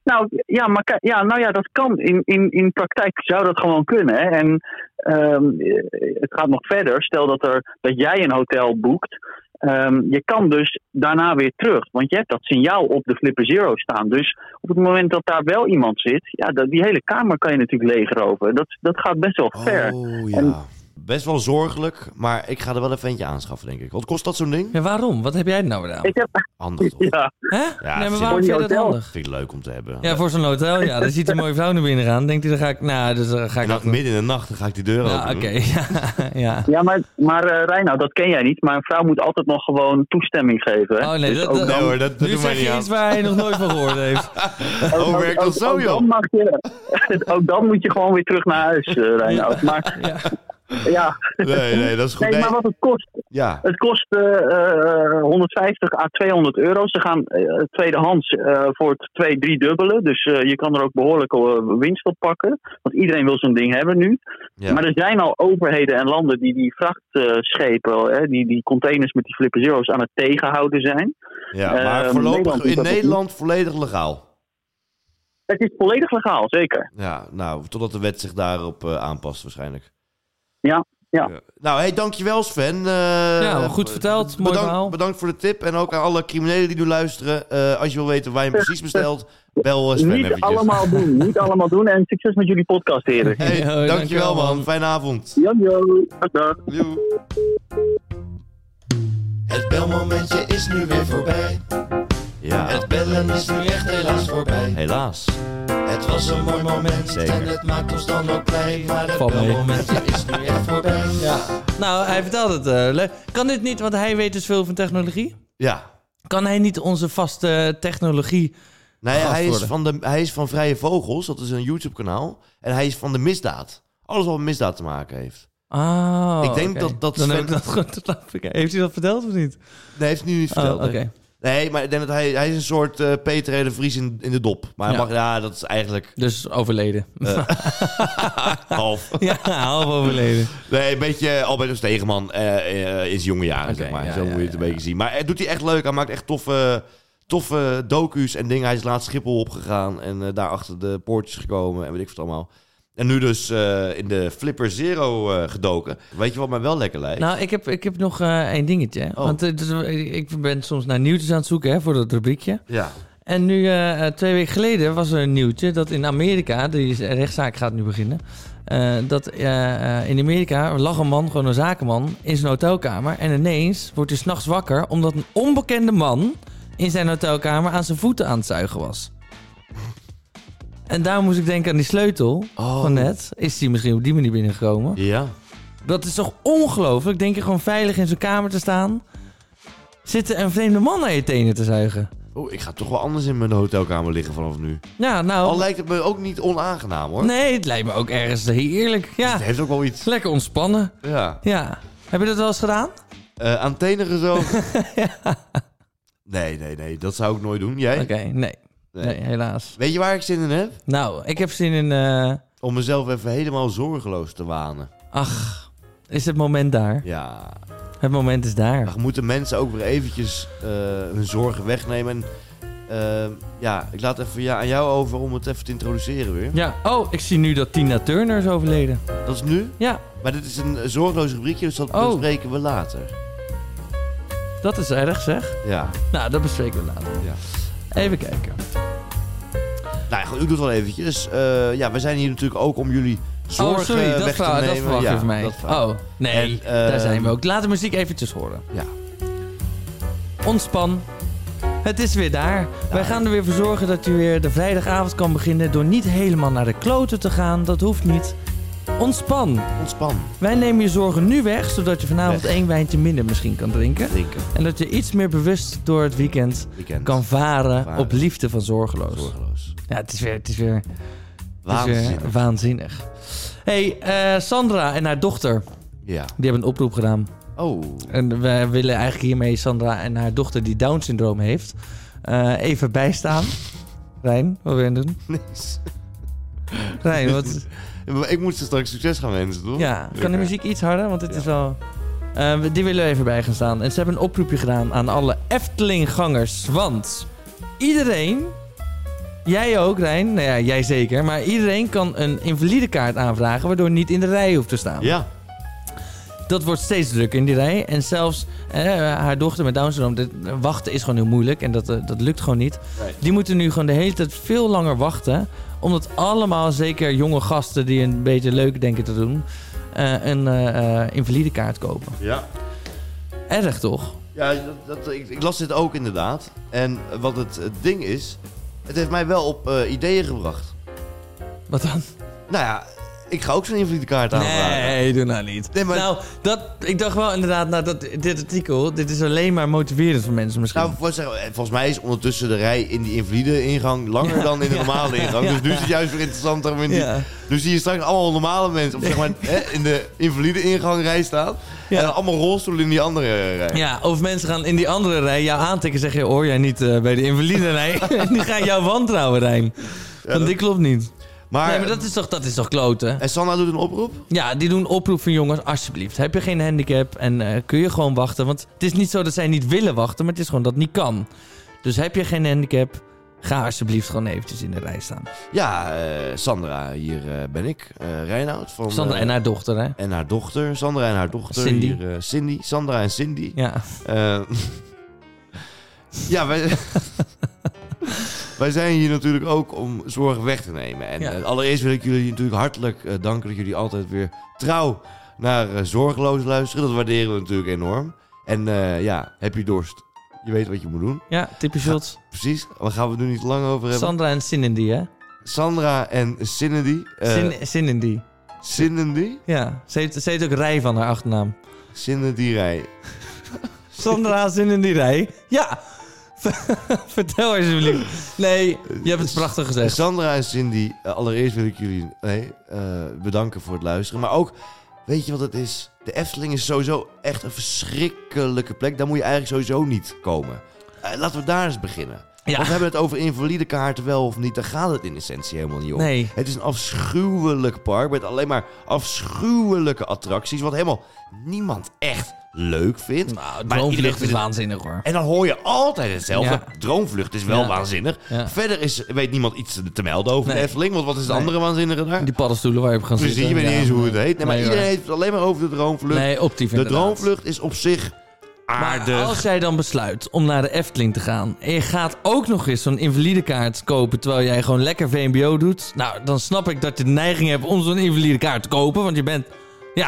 [SPEAKER 3] Nou ja, maar, ki- ja, nou ja, dat kan. In, in, in praktijk zou dat gewoon kunnen. Hè? En ehm, eh, het gaat nog verder. Stel dat, er, dat jij een hotel boekt. ehm, je kan dus daarna weer terug. Want je hebt dat signaal op de Flipper Zero staan. Dus op het moment dat daar wel iemand zit, ja, dat, die hele kamer kan je natuurlijk leegroven. Dat, dat gaat best wel ver.
[SPEAKER 2] nou.
[SPEAKER 1] Oh ja. Best wel zorgelijk, maar ik ga er wel even eentje aanschaffen, denk ik. Wat kost dat zo'n ding?
[SPEAKER 2] Ja, waarom? Wat heb jij nou gedaan?
[SPEAKER 3] Ik heb, [LAUGHS]
[SPEAKER 1] Handig toch?
[SPEAKER 3] ja,
[SPEAKER 2] Hè?
[SPEAKER 1] Ja,
[SPEAKER 2] nee, maar
[SPEAKER 1] voor
[SPEAKER 2] waarom
[SPEAKER 3] die
[SPEAKER 2] vind je dat
[SPEAKER 3] hotel.
[SPEAKER 2] handig?
[SPEAKER 1] Vind ik leuk om te hebben.
[SPEAKER 2] Ja, voor zo'n hotel, ja. Dan ziet een mooie vrouw naar binnen gaan. Denkt hij, dan ga ik... Nou, dus dan ga
[SPEAKER 1] En
[SPEAKER 2] ik...
[SPEAKER 1] dan
[SPEAKER 2] ook-
[SPEAKER 1] midden in de nacht dan ga ik die deur
[SPEAKER 2] Ja,
[SPEAKER 1] open
[SPEAKER 2] oké.
[SPEAKER 1] doen.
[SPEAKER 2] [LAUGHS] ja, ja.
[SPEAKER 3] ja, maar, maar eh Reinoud, dat ken jij niet. Maar een vrouw moet altijd nog gewoon toestemming geven. hè.
[SPEAKER 2] Oh nee,
[SPEAKER 3] Dus
[SPEAKER 2] dat,
[SPEAKER 3] ook
[SPEAKER 2] dat-
[SPEAKER 1] Nee hoor, dat, dat
[SPEAKER 2] nu
[SPEAKER 1] doen wij
[SPEAKER 2] zeg
[SPEAKER 1] niet
[SPEAKER 2] je
[SPEAKER 1] aan.
[SPEAKER 2] iets waar hij nog nooit van gehoord
[SPEAKER 1] [LAUGHS]
[SPEAKER 2] heeft.
[SPEAKER 1] Oh,
[SPEAKER 3] Ook-
[SPEAKER 1] werkt dat
[SPEAKER 3] ook-
[SPEAKER 1] zo,
[SPEAKER 3] ook
[SPEAKER 1] joh?
[SPEAKER 3] Dan mag je, [LAUGHS] ook dan moet je gewoon weer terug naar huis, eh Reinoud. Maar
[SPEAKER 2] Ja.
[SPEAKER 3] ja,
[SPEAKER 1] Nee, nee, dat is goed.
[SPEAKER 3] nee, maar
[SPEAKER 1] Nee,
[SPEAKER 3] wat het kost.
[SPEAKER 1] ja.
[SPEAKER 3] Het kost eh, eh, 150 à 200 euro. Ze gaan eh, tweedehands eh, voor het twee, drie dubbele. Dus eh, je kan er ook behoorlijke eh, winst op pakken. Want iedereen wil zo'n ding hebben nu.
[SPEAKER 1] Ja.
[SPEAKER 3] Maar er zijn al overheden en landen die die vrachtschepen, hè, die, die containers met die Flipper Zero's aan het tegenhouden zijn.
[SPEAKER 1] ja, maar
[SPEAKER 3] eh,
[SPEAKER 1] voorlopig
[SPEAKER 3] Nederland doet
[SPEAKER 1] in
[SPEAKER 3] dat ook
[SPEAKER 1] Nederland volledig legaal.
[SPEAKER 3] Het is volledig legaal, zeker.
[SPEAKER 1] Ja, nou, totdat de wet zich daarop eh, aanpast waarschijnlijk.
[SPEAKER 3] Ja, ja.
[SPEAKER 1] Nou, hey, dankjewel Sven. Eh,
[SPEAKER 2] Ja, goed verteld. Mooi
[SPEAKER 1] bedankt,
[SPEAKER 2] verhaal.
[SPEAKER 1] Bedankt voor de tip. En ook aan alle criminelen die nu luisteren. eh, als je wil weten waar je hem precies bestelt, bel eh, Sven
[SPEAKER 3] niet
[SPEAKER 1] eventjes.
[SPEAKER 3] allemaal doen,
[SPEAKER 1] [LAUGHS]
[SPEAKER 3] niet allemaal doen. En succes met jullie podcast, heren.
[SPEAKER 1] Hey,
[SPEAKER 2] Yo,
[SPEAKER 1] dankjewel,
[SPEAKER 2] Oh, dankjewel,
[SPEAKER 1] man.
[SPEAKER 2] man.
[SPEAKER 1] Fijne avond.
[SPEAKER 3] Jan, Jan. Dag, dag.
[SPEAKER 1] Joe.
[SPEAKER 4] Het belmomentje is nu weer voorbij.
[SPEAKER 1] Ja,
[SPEAKER 4] Het bellen is nu echt helaas voorbij.
[SPEAKER 1] helaas.
[SPEAKER 4] Het was een mooi moment
[SPEAKER 1] Zeker.
[SPEAKER 4] en het maakt ons dan ook blij. Maar het
[SPEAKER 2] Valt mee.
[SPEAKER 4] belmomentje is nu echt voorbij.
[SPEAKER 2] Nou, hij vertelt het. eh, leuk. kan dit niet, want hij weet dus veel van technologie.
[SPEAKER 1] Ja.
[SPEAKER 2] Kan hij niet onze vaste technologie...
[SPEAKER 1] Nee,
[SPEAKER 2] Gast
[SPEAKER 1] hij is,
[SPEAKER 2] worden.
[SPEAKER 1] van de, hij is van Vrije Vogels. Dat is een YouTube-kanaal. En hij is van de misdaad. Alles wat met misdaad te maken heeft.
[SPEAKER 2] Oh,
[SPEAKER 1] Ik denk
[SPEAKER 2] oké.
[SPEAKER 1] dat- dat
[SPEAKER 2] Dan heb ik
[SPEAKER 1] Sven-
[SPEAKER 2] dat [LAUGHS] goed snap ik. Heeft hij dat verteld of niet?
[SPEAKER 1] Nee, heeft hij nu niet
[SPEAKER 2] Oh,
[SPEAKER 1] verteld.
[SPEAKER 2] oké.
[SPEAKER 1] nee. Nee, maar ik denk dat hij, hij is een soort eh, Peter R. de Vries in, in de dop. Maar hij
[SPEAKER 2] Ja.
[SPEAKER 1] mag, ja, dat is
[SPEAKER 2] [LAUGHS]
[SPEAKER 1] eigenlijk
[SPEAKER 2] Dus overleden.
[SPEAKER 1] half.
[SPEAKER 2] ja, half overleden.
[SPEAKER 1] Nee, een beetje Albertus Stegeman eh, eh, in zijn jonge jaren,
[SPEAKER 2] Oké,
[SPEAKER 1] zeg maar.
[SPEAKER 2] ja,
[SPEAKER 1] Zo
[SPEAKER 2] ja,
[SPEAKER 1] moet je het
[SPEAKER 2] ja,
[SPEAKER 1] een beetje zien. Maar hij doet hij echt leuk. Hij maakt echt toffe, toffe docu's en dingen. Hij is laatst Schiphol opgegaan en eh, daar achter de poortjes gekomen en weet ik wat allemaal. En nu dus eh, in de Flipper Zero eh, gedoken. Weet je wat mij wel lekker lijkt?
[SPEAKER 2] [LAUGHS] Nou, ik heb, ik heb nog eh, één dingetje. hè.
[SPEAKER 1] Oh.
[SPEAKER 2] Want eh, dus, eh, ik ben soms naar nieuwtjes aan het zoeken hè, voor dat rubriekje.
[SPEAKER 1] ja.
[SPEAKER 2] En nu, eh, eh, twee weken geleden, was er een nieuwtje dat in Amerika, die rechtszaak gaat nu beginnen. eh, dat eh, eh, in Amerika lag een man, gewoon een zakenman, in zijn hotelkamer. En ineens wordt hij s'nachts wakker omdat een onbekende man in zijn hotelkamer aan zijn voeten aan het zuigen was. En daar moest ik denken aan die sleutel
[SPEAKER 1] Oh.
[SPEAKER 2] van net. Is die misschien op die manier binnengekomen?
[SPEAKER 1] Ja.
[SPEAKER 2] Dat is toch ongelooflijk? Denk je gewoon veilig in zijn kamer te staan? Zitten een vreemde man naar je tenen te zuigen?
[SPEAKER 1] Oh, ik ga toch wel anders in mijn hotelkamer liggen vanaf nu.
[SPEAKER 2] Ja, nou...
[SPEAKER 1] Al lijkt het me ook niet onaangenaam, hoor.
[SPEAKER 2] Nee, het lijkt me ook ergens heerlijk. Ja,
[SPEAKER 1] Het heeft ook wel
[SPEAKER 2] is
[SPEAKER 1] iets.
[SPEAKER 2] lekker ontspannen.
[SPEAKER 1] Ja.
[SPEAKER 2] Ja. Heb je dat wel eens gedaan?
[SPEAKER 1] Eh aan tenen gezogen.
[SPEAKER 2] [LAUGHS]
[SPEAKER 1] Nee, nee, nee. Dat zou ik nooit doen. Jij?
[SPEAKER 2] Oké, nee.
[SPEAKER 1] Nee.
[SPEAKER 2] nee. helaas.
[SPEAKER 1] Weet je waar ik zin in heb?
[SPEAKER 2] Nou, ik heb zin in... eh,
[SPEAKER 1] Om mezelf even helemaal zorgeloos te wanen.
[SPEAKER 2] Ach, is het moment daar?
[SPEAKER 1] Ja.
[SPEAKER 2] Het moment is daar.
[SPEAKER 1] Maar moeten mensen ook weer eventjes eh, hun zorgen wegnemen. En eh, ja, ik laat even ja, aan jou over om het even te introduceren weer.
[SPEAKER 2] Ja, oh, ik zie nu dat Tina Turner is overleden.
[SPEAKER 1] Dat is nu.
[SPEAKER 2] Ja,
[SPEAKER 1] Maar dit is een eh, zorgeloos rubriekje, dus dat
[SPEAKER 2] Oh.
[SPEAKER 1] bespreken we later.
[SPEAKER 2] dat is erg zeg.
[SPEAKER 1] Ja.
[SPEAKER 2] Nou, dat bespreken we later.
[SPEAKER 1] Ja.
[SPEAKER 2] Even kijken.
[SPEAKER 1] Nou, goed, ik doe het wel eventjes. Eh, ja, we zijn hier natuurlijk ook om jullie zorgen
[SPEAKER 2] oh, sorry, dat
[SPEAKER 1] weg
[SPEAKER 2] verhaal,
[SPEAKER 1] te
[SPEAKER 2] dat
[SPEAKER 1] nemen.
[SPEAKER 2] verwacht je
[SPEAKER 1] ja,
[SPEAKER 2] van mij.
[SPEAKER 1] dat verhaal.
[SPEAKER 2] Oh, nee,
[SPEAKER 1] En, eh,
[SPEAKER 2] daar zijn we ook. Laat de muziek eventjes horen.
[SPEAKER 1] Ja.
[SPEAKER 2] Ontspan. Het is weer daar. Wij gaan er weer voor zorgen dat u weer de vrijdagavond kan beginnen door niet helemaal naar de kloten te gaan. Dat hoeft niet. Ontspan.
[SPEAKER 1] Ontspan.
[SPEAKER 2] Wij nemen je zorgen nu weg, zodat je vanavond
[SPEAKER 1] Weg.
[SPEAKER 2] één wijntje minder misschien kan drinken.
[SPEAKER 1] Drinken.
[SPEAKER 2] En dat je iets meer bewust door het weekend
[SPEAKER 1] Weekend.
[SPEAKER 2] kan Dus, varen,
[SPEAKER 1] Varen.
[SPEAKER 2] op liefde van zorgeloos.
[SPEAKER 1] Zorgeloos.
[SPEAKER 2] Ja, het is weer, het is weer, het is weer
[SPEAKER 1] Waanzinnig.
[SPEAKER 2] waanzinnig. hey, eh, Sandra en haar dochter,
[SPEAKER 1] Ja.
[SPEAKER 2] die hebben een oproep gedaan. [LAUGHS]
[SPEAKER 1] Oh.
[SPEAKER 2] En wij willen eigenlijk hiermee Sandra en haar dochter die Down-syndroom heeft, eh, even bijstaan. Rijn, wat wil je doen?
[SPEAKER 1] Niks.
[SPEAKER 2] Rijn, wat...
[SPEAKER 1] Maar Ik moet ze straks succes gaan wensen, toch?
[SPEAKER 2] Ja, kan de muziek iets harder? Want het
[SPEAKER 1] Ja.
[SPEAKER 2] is wel... Eh, we- die willen we even bij gaan staan. En ze hebben een oproepje gedaan aan alle Eftelinggangers. Want iedereen... Jij ook, Rijn. Nou ja, jij zeker. Maar iedereen kan een invalidekaart aanvragen... waardoor je niet in de rij hoeft te staan.
[SPEAKER 1] Ja.
[SPEAKER 2] Dat wordt steeds drukker in die rij. En zelfs eh, haar dochter met Down syndroom... dit- wachten is gewoon heel moeilijk. En dat, eh, dat lukt gewoon niet.
[SPEAKER 1] Nee.
[SPEAKER 2] Die moeten nu gewoon de hele tijd veel langer wachten. Omdat allemaal, zeker jonge gasten die een beetje leuk denken te doen... eh, een eh eh, invalide kaart kopen.
[SPEAKER 1] Ja.
[SPEAKER 2] Erg toch?
[SPEAKER 1] Ja, dat, dat- ik, ik las dit ook inderdaad. En eh, wat het, het ding is, het heeft mij wel op eh, ideeën gebracht.
[SPEAKER 2] Wat dan?
[SPEAKER 1] Nou ja, ik ga ook zo'n invalidekaart aanvragen.
[SPEAKER 2] Nee, doe nou niet.
[SPEAKER 1] Nee, maar-
[SPEAKER 2] Nou, dat, ik dacht wel inderdaad, nou, dat, dit artikel... dit is alleen maar motiverend voor mensen misschien.
[SPEAKER 1] Nou, voor- zeg, eh, volgens mij is ondertussen de rij in die invalide ingang langer dan in de
[SPEAKER 2] [LAUGHS]
[SPEAKER 1] normale ingang. Dus nu is het juist weer interessanter. om in die-
[SPEAKER 2] Ja.
[SPEAKER 1] Dus zie je straks allemaal normale mensen of zeg
[SPEAKER 2] [LAUGHS]
[SPEAKER 1] maar, hè, in de invalide ingang rij staan.
[SPEAKER 2] Ja.
[SPEAKER 1] En allemaal rolstoelen in die andere eh, rij.
[SPEAKER 2] Ja, of mensen gaan in die andere rij jou aantikken... zeggen, hoor jij niet eh, bij de
[SPEAKER 1] [LAUGHS]
[SPEAKER 2] invalide rij? die gaan jou wantrouwen, Rijn. Want
[SPEAKER 1] dat-
[SPEAKER 2] dit klopt niet.
[SPEAKER 1] Maar,
[SPEAKER 2] nee, maar dat is toch, dat is toch kloten?
[SPEAKER 1] En Sanna doet een oproep?
[SPEAKER 2] Ja, die doen oproep van jongens, alsjeblieft. Heb je geen handicap en eh, kun je gewoon wachten? Want het is niet zo dat zij niet willen wachten, maar het is gewoon dat het niet kan. Dus heb je geen handicap, ga alsjeblieft gewoon eventjes in de rij staan.
[SPEAKER 1] Ja, eh, Sandra, hier eh, ben ik. eh Reinoud van...
[SPEAKER 2] Sandra
[SPEAKER 1] eh,
[SPEAKER 2] en haar dochter, hè?
[SPEAKER 1] en haar dochter. Sandra en haar dochter.
[SPEAKER 2] Cindy.
[SPEAKER 1] Hier, eh, Cindy. Sandra en Cindy.
[SPEAKER 2] Ja.
[SPEAKER 1] Eh, [LAUGHS] ja,
[SPEAKER 2] [LAUGHS]
[SPEAKER 1] wij, wij zijn hier natuurlijk ook om zorg weg te nemen. En
[SPEAKER 2] Ja.
[SPEAKER 1] eh, allereerst wil ik jullie natuurlijk hartelijk eh, danken dat jullie altijd weer trouw naar eh, zorgeloos luisteren. Dat waarderen we natuurlijk enorm. En eh, ja, heb je dorst? Je weet wat je moet doen.
[SPEAKER 2] Ja, tippie shots.
[SPEAKER 1] Precies. Daar gaan we het nu niet lang over hebben.
[SPEAKER 2] Sandra en Sinindi, hè?
[SPEAKER 1] Sandra en Cindy. eh,
[SPEAKER 2] Sin Sinindi.
[SPEAKER 1] Cindy?
[SPEAKER 2] Ja, ze heet, ze heet ook Rij van haar achternaam.
[SPEAKER 1] Cindy Rij.
[SPEAKER 2] Sandra Sinindi Rij. Ja! [LAUGHS] Vertel alsjeblieft. Nee, je hebt het prachtig gezegd.
[SPEAKER 1] Dus Sandra en Cindy, eh, allereerst wil ik jullie nee, eh, bedanken voor het luisteren. Maar ook, weet je wat het is? De Efteling is sowieso echt een verschrikkelijke plek. Daar moet je eigenlijk sowieso niet komen. Eh, laten we daar eens beginnen. Want
[SPEAKER 2] Ja.
[SPEAKER 1] we hebben het over invalide kaarten wel of niet. Daar gaat het in essentie helemaal niet om.
[SPEAKER 2] Nee.
[SPEAKER 1] Het is een afschuwelijk park met alleen maar afschuwelijke attracties. Wat helemaal niemand echt leuk vindt.
[SPEAKER 2] Nou,
[SPEAKER 1] Maar iedereen
[SPEAKER 2] droomvlucht
[SPEAKER 1] vindt
[SPEAKER 2] is
[SPEAKER 1] het-
[SPEAKER 2] waanzinnig, hoor.
[SPEAKER 1] en dan hoor je altijd hetzelfde.
[SPEAKER 2] Ja.
[SPEAKER 1] Droomvlucht is wel
[SPEAKER 2] Ja.
[SPEAKER 1] waanzinnig.
[SPEAKER 2] Ja.
[SPEAKER 1] Verder is, weet niemand iets te melden over de
[SPEAKER 2] Nee.
[SPEAKER 1] Efteling. Want wat is het
[SPEAKER 2] Nee.
[SPEAKER 1] andere waanzinnige daar?
[SPEAKER 2] Die paddenstoelen waar je op gaat
[SPEAKER 1] Precies,
[SPEAKER 2] zitten.
[SPEAKER 1] je weet niet
[SPEAKER 2] Ja.
[SPEAKER 1] eens hoe het heet. Nee, maar
[SPEAKER 2] Nee,
[SPEAKER 1] iedereen
[SPEAKER 2] hoor.
[SPEAKER 1] heeft het alleen maar over de droomvlucht.
[SPEAKER 2] Nee, optief
[SPEAKER 1] de
[SPEAKER 2] inderdaad.
[SPEAKER 1] droomvlucht is op zich
[SPEAKER 2] Maar
[SPEAKER 1] aardig.
[SPEAKER 2] als jij dan besluit om naar de Efteling te gaan... en je gaat ook nog eens zo'n invalidekaart kopen... terwijl jij gewoon lekker VMBO doet... nou, dan snap ik dat je de neiging hebt om zo'n invalidekaart te kopen... want je bent... ja...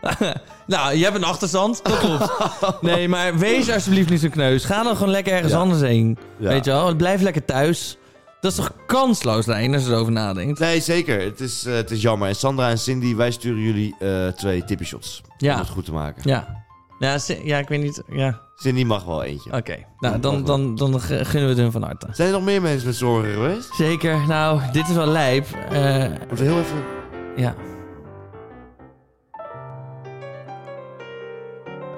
[SPEAKER 2] [LAUGHS] nou, je hebt een achterstand, dat [LAUGHS] klopt. Nee, maar wees alsjeblieft niet zo kneus. Ga dan gewoon lekker ergens
[SPEAKER 1] Ja.
[SPEAKER 2] anders heen.
[SPEAKER 1] Ja.
[SPEAKER 2] Weet je wel, blijf lekker thuis. Dat is toch kansloos, Rijn, als je erover nadenkt?
[SPEAKER 1] Nee, zeker. Het is, eh, het is jammer. En Sandra en Cindy, wij sturen jullie eh, twee tippy shots.
[SPEAKER 2] Ja.
[SPEAKER 1] Om het goed te maken.
[SPEAKER 2] Ja. Ja, si- ja, ik weet niet... Ja,
[SPEAKER 1] Cindy mag wel eentje.
[SPEAKER 2] oké. Nou, dan, dan, dan gunnen we het hun van harte.
[SPEAKER 1] Zijn er nog meer mensen met zorgen geweest?
[SPEAKER 2] Zeker. Nou, dit is wel lijp. Eh,
[SPEAKER 1] Moeten we heel even...
[SPEAKER 2] ja.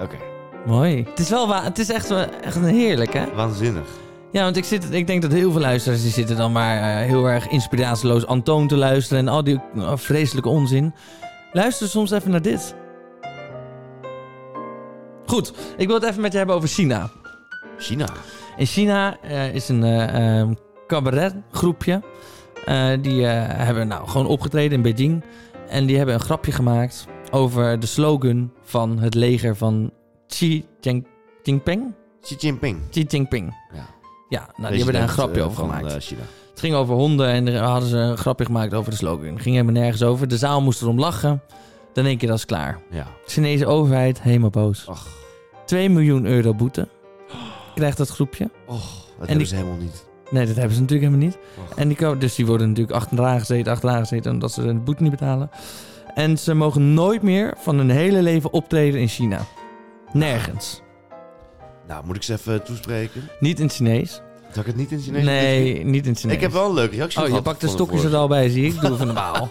[SPEAKER 1] Oké,
[SPEAKER 2] Mooi. Het is, wel wa- het is echt, wel- echt een heerlijk, hè?
[SPEAKER 1] waanzinnig.
[SPEAKER 2] Ja, want ik, zit, ik denk dat heel veel luisteraars die zitten dan maar eh, heel erg inspiratieloos Antoon te luisteren en al die eh, vreselijke onzin. Luister soms even naar dit. Goed, ik wil het even met je hebben over China.
[SPEAKER 1] China.
[SPEAKER 2] In China eh, is een eh, ehm, cabaretgroepje. Eh, die eh, hebben nou gewoon opgetreden in Beijing. En die hebben een grapje gemaakt over de slogan van het leger van Xi Jing- Jinping.
[SPEAKER 1] Xi Jinping.
[SPEAKER 2] Xi Jinping.
[SPEAKER 1] Ja.
[SPEAKER 2] Ja, nou, die hebben daar een grapje over
[SPEAKER 1] van,
[SPEAKER 2] gemaakt.
[SPEAKER 1] eh, China.
[SPEAKER 2] Het ging over honden en daar hadden ze een grapje gemaakt over de slogan. ging helemaal nergens over. De zaal moest erom lachen. Dan één keer, dat is klaar.
[SPEAKER 1] Ja.
[SPEAKER 2] De Chinese overheid helemaal boos.
[SPEAKER 1] Ach,
[SPEAKER 2] 2 miljoen euro boete krijgt dat groepje.
[SPEAKER 1] och, dat hebben
[SPEAKER 2] die-
[SPEAKER 1] ze helemaal niet.
[SPEAKER 2] Nee, dat hebben ze natuurlijk helemaal niet.
[SPEAKER 1] Och.
[SPEAKER 2] En die ko- dus die worden natuurlijk achteraan gezeten, achteraan gezeten... omdat ze de boete niet betalen. En ze mogen nooit meer van hun hele leven optreden in China. Nergens.
[SPEAKER 1] Nou, moet ik ze even toespreken?
[SPEAKER 2] Niet in het Chinees.
[SPEAKER 1] Zal ik het niet in Chinees doen?
[SPEAKER 2] Nee, niet in het Chinees.
[SPEAKER 1] Ik heb wel een leuke reactie
[SPEAKER 2] Oh,
[SPEAKER 1] gehad.
[SPEAKER 2] je pakt de
[SPEAKER 1] van
[SPEAKER 2] stokjes er
[SPEAKER 1] vorige-
[SPEAKER 2] al bij, zie ik. Doe even
[SPEAKER 1] [LAUGHS]
[SPEAKER 2] normaal.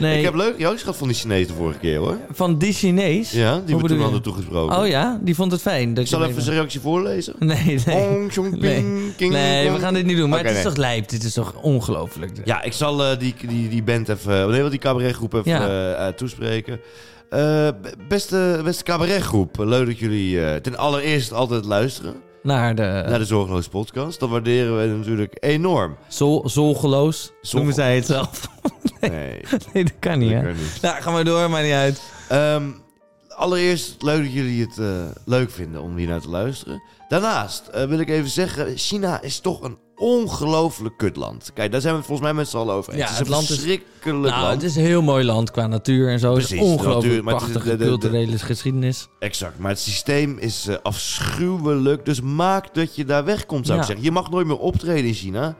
[SPEAKER 2] Nee,
[SPEAKER 1] Ik heb leuke reacties gehad van die Chinees de vorige keer, hoor.
[SPEAKER 2] van die Chinees.
[SPEAKER 1] Ja, die
[SPEAKER 2] Hoe
[SPEAKER 1] we
[SPEAKER 2] bedoel
[SPEAKER 1] toen
[SPEAKER 2] je?
[SPEAKER 1] hadden toegesproken.
[SPEAKER 2] Oh ja, die vond het fijn. Dat
[SPEAKER 1] Ik zal
[SPEAKER 2] je
[SPEAKER 1] even
[SPEAKER 2] meedoet.
[SPEAKER 1] zijn reactie voorlezen.
[SPEAKER 2] [LAUGHS] Nee, nee.
[SPEAKER 1] Ong, tjong,
[SPEAKER 2] Nee.
[SPEAKER 1] ping, king,
[SPEAKER 2] Nee, we
[SPEAKER 1] kong.
[SPEAKER 2] gaan dit niet doen. Maar
[SPEAKER 1] Oké,
[SPEAKER 2] het is
[SPEAKER 1] nee.
[SPEAKER 2] toch lijp? Dit is toch ongelooflijk?
[SPEAKER 1] Ja, ik zal eh, die, die, die band even, oh, nee, wel die cabaretgroep even
[SPEAKER 2] Ja.
[SPEAKER 1] eh, eh, toespreken. Eh, b- beste, beste cabaretgroep, leuk dat jullie eh, ten allereerst altijd luisteren
[SPEAKER 2] Naar de...
[SPEAKER 1] naar de Zorgeloos Podcast. Dat waarderen we natuurlijk
[SPEAKER 2] [LAUGHS]
[SPEAKER 1] enorm.
[SPEAKER 2] Zol, zolgeloos,
[SPEAKER 1] Zolgeloos.
[SPEAKER 2] noemen zij het zelf. [LAUGHS]
[SPEAKER 1] Nee,
[SPEAKER 2] nee, dat kan niet, hè?
[SPEAKER 1] lekker niet.
[SPEAKER 2] [LAUGHS] Nou, ga maar door, maar niet uit.
[SPEAKER 1] Ehm, allereerst leuk dat jullie het eh, leuk vinden om hier naar te luisteren. Daarnaast eh, wil ik even zeggen, China is toch een ongelooflijk kutland. Kijk, daar zijn we het volgens mij met z'n allen over eens.
[SPEAKER 2] Ja,
[SPEAKER 1] het is
[SPEAKER 2] het
[SPEAKER 1] een
[SPEAKER 2] land is-
[SPEAKER 1] verschrikkelijk
[SPEAKER 2] Nou,
[SPEAKER 1] land.
[SPEAKER 2] het is een heel mooi land qua natuur en zo. het
[SPEAKER 1] Precies,
[SPEAKER 2] is ongelooflijk
[SPEAKER 1] natuur, maar het is
[SPEAKER 2] prachtige
[SPEAKER 1] de- de- de-
[SPEAKER 2] culturele geschiedenis.
[SPEAKER 1] Exact, maar het systeem is eh, afschuwelijk. Dus maak dat je daar wegkomt, zou ik
[SPEAKER 2] Ja.
[SPEAKER 1] zeggen. Je mag nooit meer optreden in China.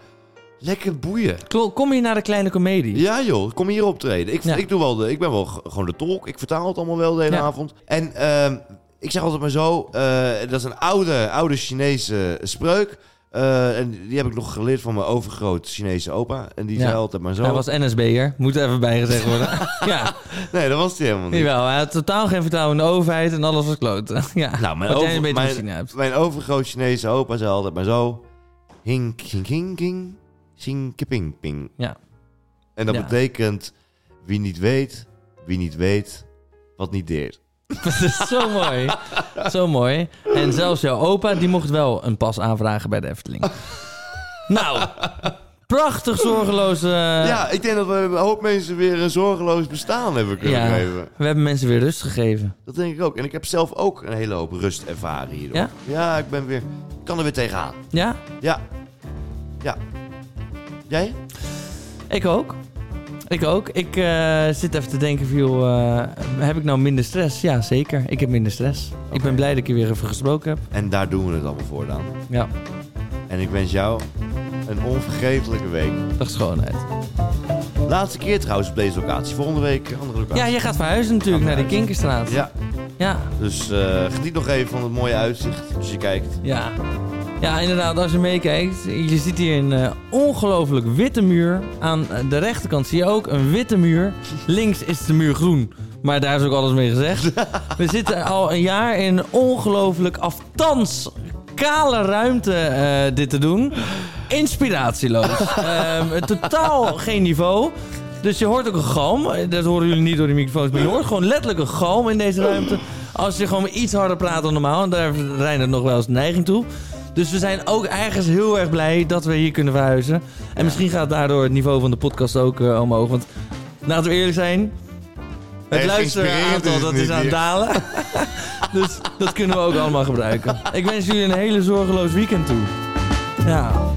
[SPEAKER 1] Lekker boeien.
[SPEAKER 2] Klo- Kom je naar de kleine komedie?
[SPEAKER 1] Ja joh, kom hier optreden. Ik,
[SPEAKER 2] Ja.
[SPEAKER 1] ik, doe wel de, ik ben wel g- gewoon de tolk. Ik vertaal het allemaal wel de hele
[SPEAKER 2] Ja.
[SPEAKER 1] avond. En ehm, ik zeg altijd maar zo, eh, dat is een oude, oude Chinese spreuk. Eh, en die heb ik nog geleerd van mijn overgroot Chinese opa. En die
[SPEAKER 2] Ja.
[SPEAKER 1] zei altijd maar zo.
[SPEAKER 2] Hij was NSB'er, moet er even bijgezegd
[SPEAKER 1] [LAUGHS]
[SPEAKER 2] worden. [LAUGHS] ja,
[SPEAKER 1] Nee, dat was hij helemaal niet.
[SPEAKER 2] jawel. Hij had totaal geen vertrouwen in de overheid en alles was kloten. [LAUGHS] ja,
[SPEAKER 1] Nou, mijn,
[SPEAKER 2] wat jij
[SPEAKER 1] over,
[SPEAKER 2] een beetje
[SPEAKER 1] mijn,
[SPEAKER 2] gezien hebt. [LAUGHS]
[SPEAKER 1] mijn overgroot Chinese opa zei altijd maar zo. Hing, hing, hing, hing. Xing, kiping, ping.
[SPEAKER 2] Ja.
[SPEAKER 1] En dat
[SPEAKER 2] Ja.
[SPEAKER 1] betekent, wie niet weet, wie niet weet, wat niet deert.
[SPEAKER 2] Dat is zo mooi. Zo mooi. En zelfs jouw opa, die mocht wel een pas aanvragen bij de
[SPEAKER 1] [LAUGHS]
[SPEAKER 2] Efteling. nou, prachtig zorgeloze...
[SPEAKER 1] ja, ik denk dat we een hoop mensen weer een zorgeloos bestaan hebben kunnen
[SPEAKER 2] Ja,
[SPEAKER 1] geven.
[SPEAKER 2] we hebben mensen weer rust gegeven.
[SPEAKER 1] Dat denk ik ook. En ik heb zelf ook een hele hoop rust ervaren hierdoor.
[SPEAKER 2] Ja?
[SPEAKER 1] ja ik ben weer, ik kan er weer tegenaan.
[SPEAKER 2] Ja,
[SPEAKER 1] Ja. Ja. Jij?
[SPEAKER 2] ik ook. Ik ook. Ik eh, zit even te denken, viel, eh, heb ik nou minder stress? Ja, zeker. Ik heb minder stress. Ik ben blij dat ik je weer even gesproken heb.
[SPEAKER 1] En daar doen we het allemaal voor dan.
[SPEAKER 2] Ja,
[SPEAKER 1] En ik wens jou een onvergetelijke week.
[SPEAKER 2] dag schoonheid.
[SPEAKER 1] Laatste keer trouwens op deze locatie. Volgende week een andere locatie.
[SPEAKER 2] Ja, jij gaat verhuizen natuurlijk naar de Kinkerstraat.
[SPEAKER 1] Ja,
[SPEAKER 2] Ja,
[SPEAKER 1] dus eh, geniet nog even van het mooie uitzicht als je kijkt.
[SPEAKER 2] ja. Ja, inderdaad, als je meekijkt, je ziet hier een eh, ongelooflijk witte muur. Aan eh, de rechterkant zie je ook een witte muur. Links is de muur groen, maar daar is ook alles mee gezegd. We zitten al een jaar in een ongelooflijk aftans kale ruimte eh, dit te doen. Inspiratieloos. Ehm, totaal geen niveau. Dus je hoort ook een galm. Dat horen jullie niet door de microfoons, maar je hoort gewoon letterlijk een galm in deze ruimte. Als je gewoon iets harder praat dan normaal. En daar rijdt het nog wel eens neiging toe. Dus we zijn ook ergens heel erg blij dat we hier kunnen verhuizen. En misschien gaat daardoor het niveau van de podcast ook eh, omhoog. Want laten we eerlijk zijn. Het
[SPEAKER 1] Echt
[SPEAKER 2] luisteraantal
[SPEAKER 1] inspirerend is
[SPEAKER 2] dat
[SPEAKER 1] het
[SPEAKER 2] is
[SPEAKER 1] nu
[SPEAKER 2] aan het
[SPEAKER 1] weer.
[SPEAKER 2] dalen. [LAUGHS] dus dat kunnen we ook allemaal gebruiken. Ik wens jullie een hele zorgeloos weekend toe. Ja.